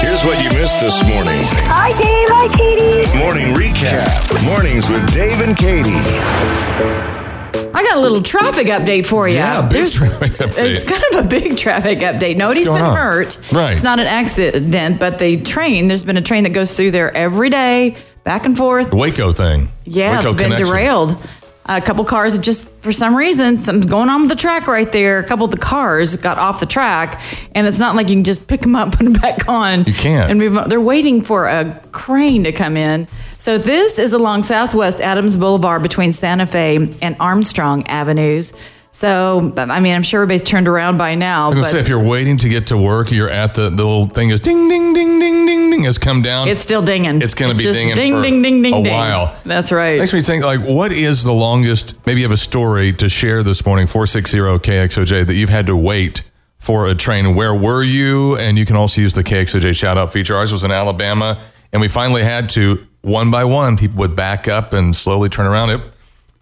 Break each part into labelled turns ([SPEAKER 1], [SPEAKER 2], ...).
[SPEAKER 1] Here's what you missed this morning.
[SPEAKER 2] Hi, Dave. Hi, Katie.
[SPEAKER 1] Morning recap. Mornings with Dave and Katie.
[SPEAKER 3] I got a little traffic update for you.
[SPEAKER 4] Yeah, big traffic update.
[SPEAKER 3] It's kind of a big traffic update. Nobody's
[SPEAKER 4] going
[SPEAKER 3] been
[SPEAKER 4] on?
[SPEAKER 3] hurt.
[SPEAKER 4] Right.
[SPEAKER 3] It's not an accident, but the train, there's been a train that goes through there every day, back and forth.
[SPEAKER 4] The Waco thing.
[SPEAKER 3] Yeah,
[SPEAKER 4] Waco
[SPEAKER 3] it's been
[SPEAKER 4] connection.
[SPEAKER 3] derailed. A couple cars had just, for some reason, something's going on with the track right there. A couple of the cars got off the track, and it's not like you can just pick them up, put them back on.
[SPEAKER 4] You can't.
[SPEAKER 3] And move 'em- They're waiting for a crane to come in. So this is along Southwest Adams Boulevard between Santa Fe and Armstrong Avenues. So, but, I mean, I'm sure everybody's turned around by now.
[SPEAKER 4] I was
[SPEAKER 3] But
[SPEAKER 4] gonna say if you're waiting to get to work, you're at the, the little thing is ding ding ding ding ding ding has come down.
[SPEAKER 3] it's still dinging.
[SPEAKER 4] It's gonna be
[SPEAKER 3] just
[SPEAKER 4] dinging
[SPEAKER 3] Ding,
[SPEAKER 4] for
[SPEAKER 3] ding, ding, ding,
[SPEAKER 4] a
[SPEAKER 3] ding.
[SPEAKER 4] while.
[SPEAKER 3] That's right.
[SPEAKER 4] makes me think like what is the longest maybe you have a story to share this morning 460 KXOJ that you've had to wait for a train where were you and you can also use the KXOJ shout out feature ours was in Alabama and we finally had to one by one people would back up and slowly turn around it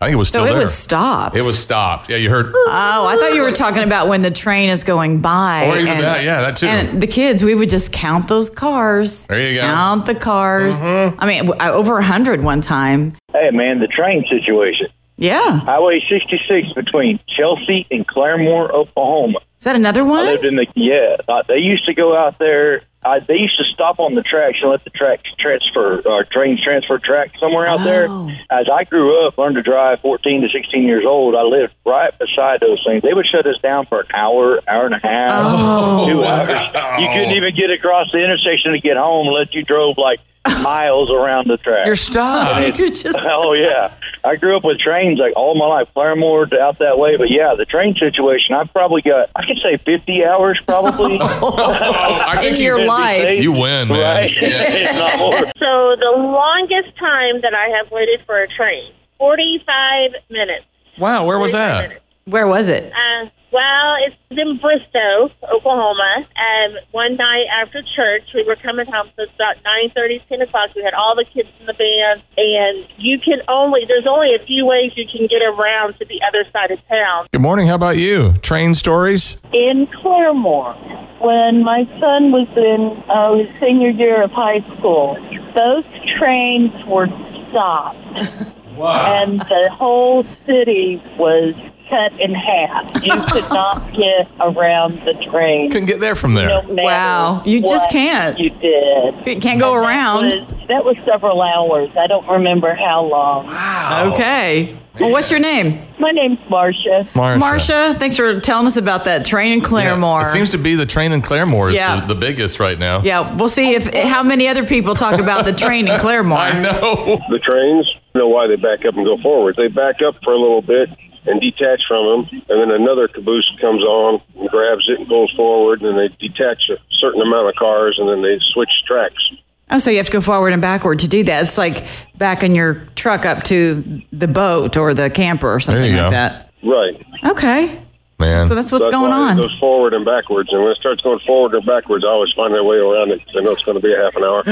[SPEAKER 4] I think it was
[SPEAKER 3] so
[SPEAKER 4] still
[SPEAKER 3] it
[SPEAKER 4] there
[SPEAKER 3] was stopped.
[SPEAKER 4] it was stopped yeah you heard
[SPEAKER 3] Oh, I thought you were talking about when the train is going by.
[SPEAKER 4] Or even that, yeah, that too.
[SPEAKER 3] And the kids, we would just count those cars.
[SPEAKER 4] There you go. Mm-hmm.
[SPEAKER 3] Count the cars. I mean, w- uh, over 100 one time.
[SPEAKER 5] Hey, man, the train situation.
[SPEAKER 3] Yeah.
[SPEAKER 5] Highway 66 between Chelsea and Claremore, Oklahoma.
[SPEAKER 3] Is that another
[SPEAKER 5] I lived
[SPEAKER 3] one?
[SPEAKER 5] in the yeah. Uh, they used to go out there. Uh, they used to stop on the tracks and let the tracks transfer or trains transfer track somewhere out there.
[SPEAKER 3] Oh.
[SPEAKER 5] As I grew up, learned to drive, fourteen to sixteen years old. I lived right beside those things. They would shut us down for an hour, hour and a half, two hours. You couldn't even get across the intersection to get home unless you drove like miles around the track.
[SPEAKER 4] you're stopped
[SPEAKER 3] You could just.
[SPEAKER 5] Oh yeah, I grew up with trains like all my life, Claremore to out that way. But yeah, the train situation, I've probably got I could say fifty hours probably.
[SPEAKER 4] Oh, I
[SPEAKER 3] In
[SPEAKER 4] think
[SPEAKER 3] your
[SPEAKER 4] you,
[SPEAKER 3] life.
[SPEAKER 4] you win man
[SPEAKER 5] right?
[SPEAKER 4] Yeah.
[SPEAKER 5] Not more.
[SPEAKER 6] So the longest time that I have waited for a train, forty-five minutes.
[SPEAKER 4] wow where was
[SPEAKER 6] 45
[SPEAKER 4] that
[SPEAKER 6] minutes.
[SPEAKER 3] Where was it?
[SPEAKER 6] Uh, well, it's in Bristow, Oklahoma. And one night after church, we were coming home. So it's about nine thirty, ten o'clock. We had all the kids in the van, and you can only there's only a few ways you can get around to the other side of town.
[SPEAKER 4] good morning how about you train stories
[SPEAKER 7] in Claremore when my son was in uh, his senior year of high school. Those trains were stopped, and the whole city was cut in half. You could not get around the train.
[SPEAKER 4] couldn't get there from there
[SPEAKER 7] no matter
[SPEAKER 3] Wow. You just
[SPEAKER 7] what
[SPEAKER 3] can't.
[SPEAKER 7] You did.
[SPEAKER 3] You can't go
[SPEAKER 7] That
[SPEAKER 3] around.
[SPEAKER 7] was, Um, that was several hours. I don't remember how long.
[SPEAKER 4] Oh.
[SPEAKER 3] Okay. Well, what's your name?
[SPEAKER 7] My name's Marcia.
[SPEAKER 3] Marsha. Thanks for telling us about that train in Claremore.
[SPEAKER 4] Yeah, it seems to be the train in Claremore is
[SPEAKER 3] Yeah.
[SPEAKER 4] the, the biggest right now.
[SPEAKER 3] Yeah, we'll see if how many other people talk about the train in Claremore.
[SPEAKER 4] I know.
[SPEAKER 8] the trains know why they back up and go forward. They back up for a little bit and detach from them, and then another caboose comes on and grabs it and pulls forward, and then they detach a certain amount of cars, and then they switch tracks.
[SPEAKER 3] Oh, so you have to go forward and backward to do that. It's like backing your truck up to the boat or the camper or something
[SPEAKER 4] There you
[SPEAKER 3] like
[SPEAKER 4] go.
[SPEAKER 3] that.
[SPEAKER 8] Right.
[SPEAKER 3] Okay.
[SPEAKER 4] Man.
[SPEAKER 3] So that's what's
[SPEAKER 8] That's
[SPEAKER 3] going
[SPEAKER 8] why
[SPEAKER 3] on.
[SPEAKER 8] It goes forward and backwards, and when it starts going forward or backwards, I always find my way around it 'cause I know it's going to be a half an hour.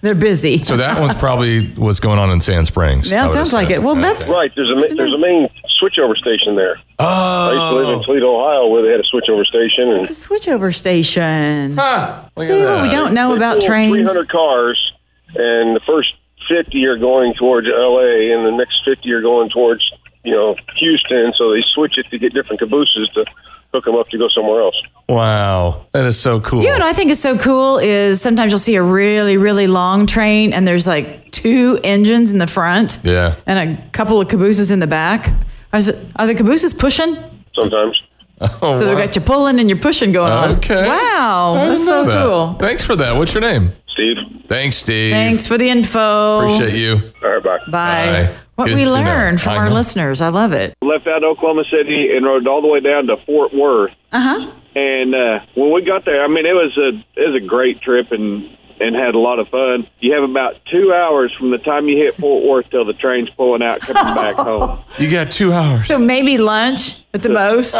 [SPEAKER 3] They're busy.
[SPEAKER 4] so that one's probably what's going on in Sand Springs. I
[SPEAKER 3] yeah,
[SPEAKER 4] would
[SPEAKER 3] sounds
[SPEAKER 4] assume.
[SPEAKER 3] like it. Well,
[SPEAKER 4] Okay.
[SPEAKER 3] that's
[SPEAKER 8] right. There's a ma- there's a main switchover station there. I used to live in
[SPEAKER 4] Oh.
[SPEAKER 8] Toledo, Ohio, where they had a switchover station, and
[SPEAKER 3] it's a switchover station.
[SPEAKER 4] Huh, look at
[SPEAKER 3] See what
[SPEAKER 4] that.
[SPEAKER 3] we don't know about trains.
[SPEAKER 8] 300 cars, and the first 50 are going towards L.A., and the next 50 are going towards, you know, Houston. So they switch it to get different cabooses to hook them up to go somewhere else.
[SPEAKER 4] Wow. That is so cool.
[SPEAKER 3] You know what I think is so cool is sometimes you'll see a really, really long train and there's like two engines in the front
[SPEAKER 4] yeah.
[SPEAKER 3] and a couple of cabooses in the back. I was- Are the cabooses pushing?
[SPEAKER 8] Sometimes.
[SPEAKER 4] Oh,
[SPEAKER 3] So they've
[SPEAKER 4] wow.
[SPEAKER 3] got you pulling and you're pushing going on.
[SPEAKER 4] Oh, Okay. I
[SPEAKER 3] Wow.
[SPEAKER 4] didn't
[SPEAKER 3] That's so
[SPEAKER 4] know that.
[SPEAKER 3] cool.
[SPEAKER 4] Thanks for that. What's your name?
[SPEAKER 8] Steve?
[SPEAKER 4] Thanks, Steve.
[SPEAKER 3] Thanks for the info.
[SPEAKER 4] Appreciate you.
[SPEAKER 8] All right, bye.
[SPEAKER 3] Bye.
[SPEAKER 4] Bye.
[SPEAKER 3] What
[SPEAKER 4] Good
[SPEAKER 3] we
[SPEAKER 4] to know.
[SPEAKER 3] learn from
[SPEAKER 4] I
[SPEAKER 3] our
[SPEAKER 4] know.
[SPEAKER 3] listeners. I love it.
[SPEAKER 9] left out of Oklahoma City and rode all the way down to Fort Worth.
[SPEAKER 3] Uh huh.
[SPEAKER 9] And uh, when we got there, I mean, it was a it was a great trip and and had a lot of fun. You have about two hours from the time you hit Fort Worth till the train's pulling out, coming back home.
[SPEAKER 4] You got two hours.
[SPEAKER 3] So maybe lunch at the most.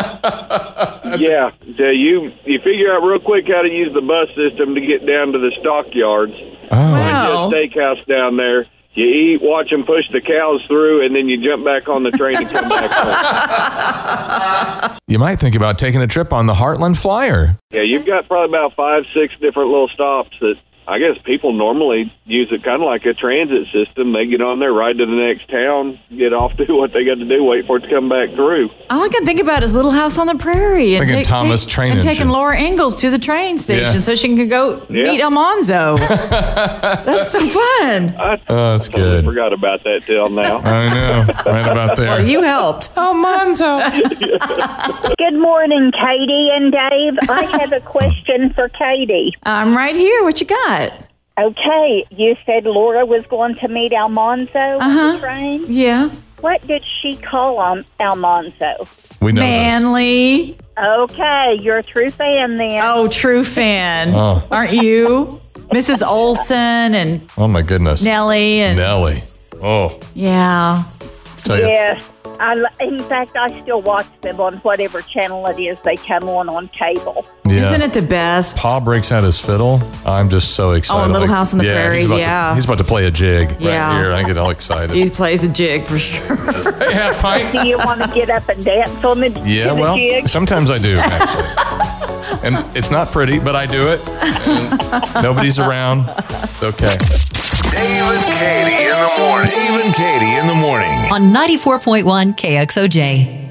[SPEAKER 9] Yeah, so you you figure out real quick how to use the bus system to get down to the stockyards,
[SPEAKER 4] Oh.
[SPEAKER 3] Wow.
[SPEAKER 9] the steakhouse down there. You eat, watch them push the cows through, and then you jump back on the train and come back home.
[SPEAKER 4] You might think about taking a trip on the Heartland Flyer.
[SPEAKER 9] Yeah, you've got probably about five, six different little stops that I guess people normally use it kind of like a transit system. They get on there, ride to the next town, get off, do what they got to do, wait for it to come back through.
[SPEAKER 3] All I can think about is Little House on the Prairie and
[SPEAKER 4] Thinking Thomas Train
[SPEAKER 3] and taking
[SPEAKER 4] Engine.
[SPEAKER 3] Laura Ingalls to the train station
[SPEAKER 4] Yeah.
[SPEAKER 3] so she can go meet Almanzo. That's so fun.
[SPEAKER 4] Oh, that's
[SPEAKER 9] I
[SPEAKER 4] good.
[SPEAKER 9] forgot about that till now.
[SPEAKER 4] I know. Right about there.
[SPEAKER 3] You helped.
[SPEAKER 6] Good morning, Katie and Dave. I have a question for Katie.
[SPEAKER 3] I'm right here. What you got?
[SPEAKER 6] Okay, you said Laura was going to meet Almanzo on the train.
[SPEAKER 3] Yeah.
[SPEAKER 6] What did she call um, Almanzo?
[SPEAKER 4] we know this.
[SPEAKER 3] Manly.
[SPEAKER 6] Okay, you're a true fan then.
[SPEAKER 3] Oh, true fan.
[SPEAKER 4] Oh.
[SPEAKER 3] Aren't you? Mrs. Olson and
[SPEAKER 4] Oh my goodness.
[SPEAKER 3] Nellie and
[SPEAKER 4] Nelly. Oh,
[SPEAKER 3] yeah.
[SPEAKER 4] tell you.
[SPEAKER 6] Yes. I, lo- in fact, I still watch them on whatever channel it is they come on on cable.
[SPEAKER 4] Yeah.
[SPEAKER 3] Isn't it the best?
[SPEAKER 4] Paul breaks out his fiddle. I'm just so excited.
[SPEAKER 3] Little House on the
[SPEAKER 4] yeah,
[SPEAKER 3] Prairie,
[SPEAKER 4] He's about
[SPEAKER 3] yeah.
[SPEAKER 4] To, he's about to play a jig right
[SPEAKER 3] Yeah.
[SPEAKER 4] here. I get all excited.
[SPEAKER 3] He plays a jig for sure.
[SPEAKER 4] hey, half pint.
[SPEAKER 6] Do you want to get up and dance on the,
[SPEAKER 4] Yeah,
[SPEAKER 6] to the
[SPEAKER 4] well,
[SPEAKER 6] jig?
[SPEAKER 4] sometimes I do, actually. and it's not pretty, but I do it. And nobody's around. It's okay.
[SPEAKER 1] Dave and Katie in the morning. Dave and Katie in the morning.
[SPEAKER 10] on 94.1 KXOJ.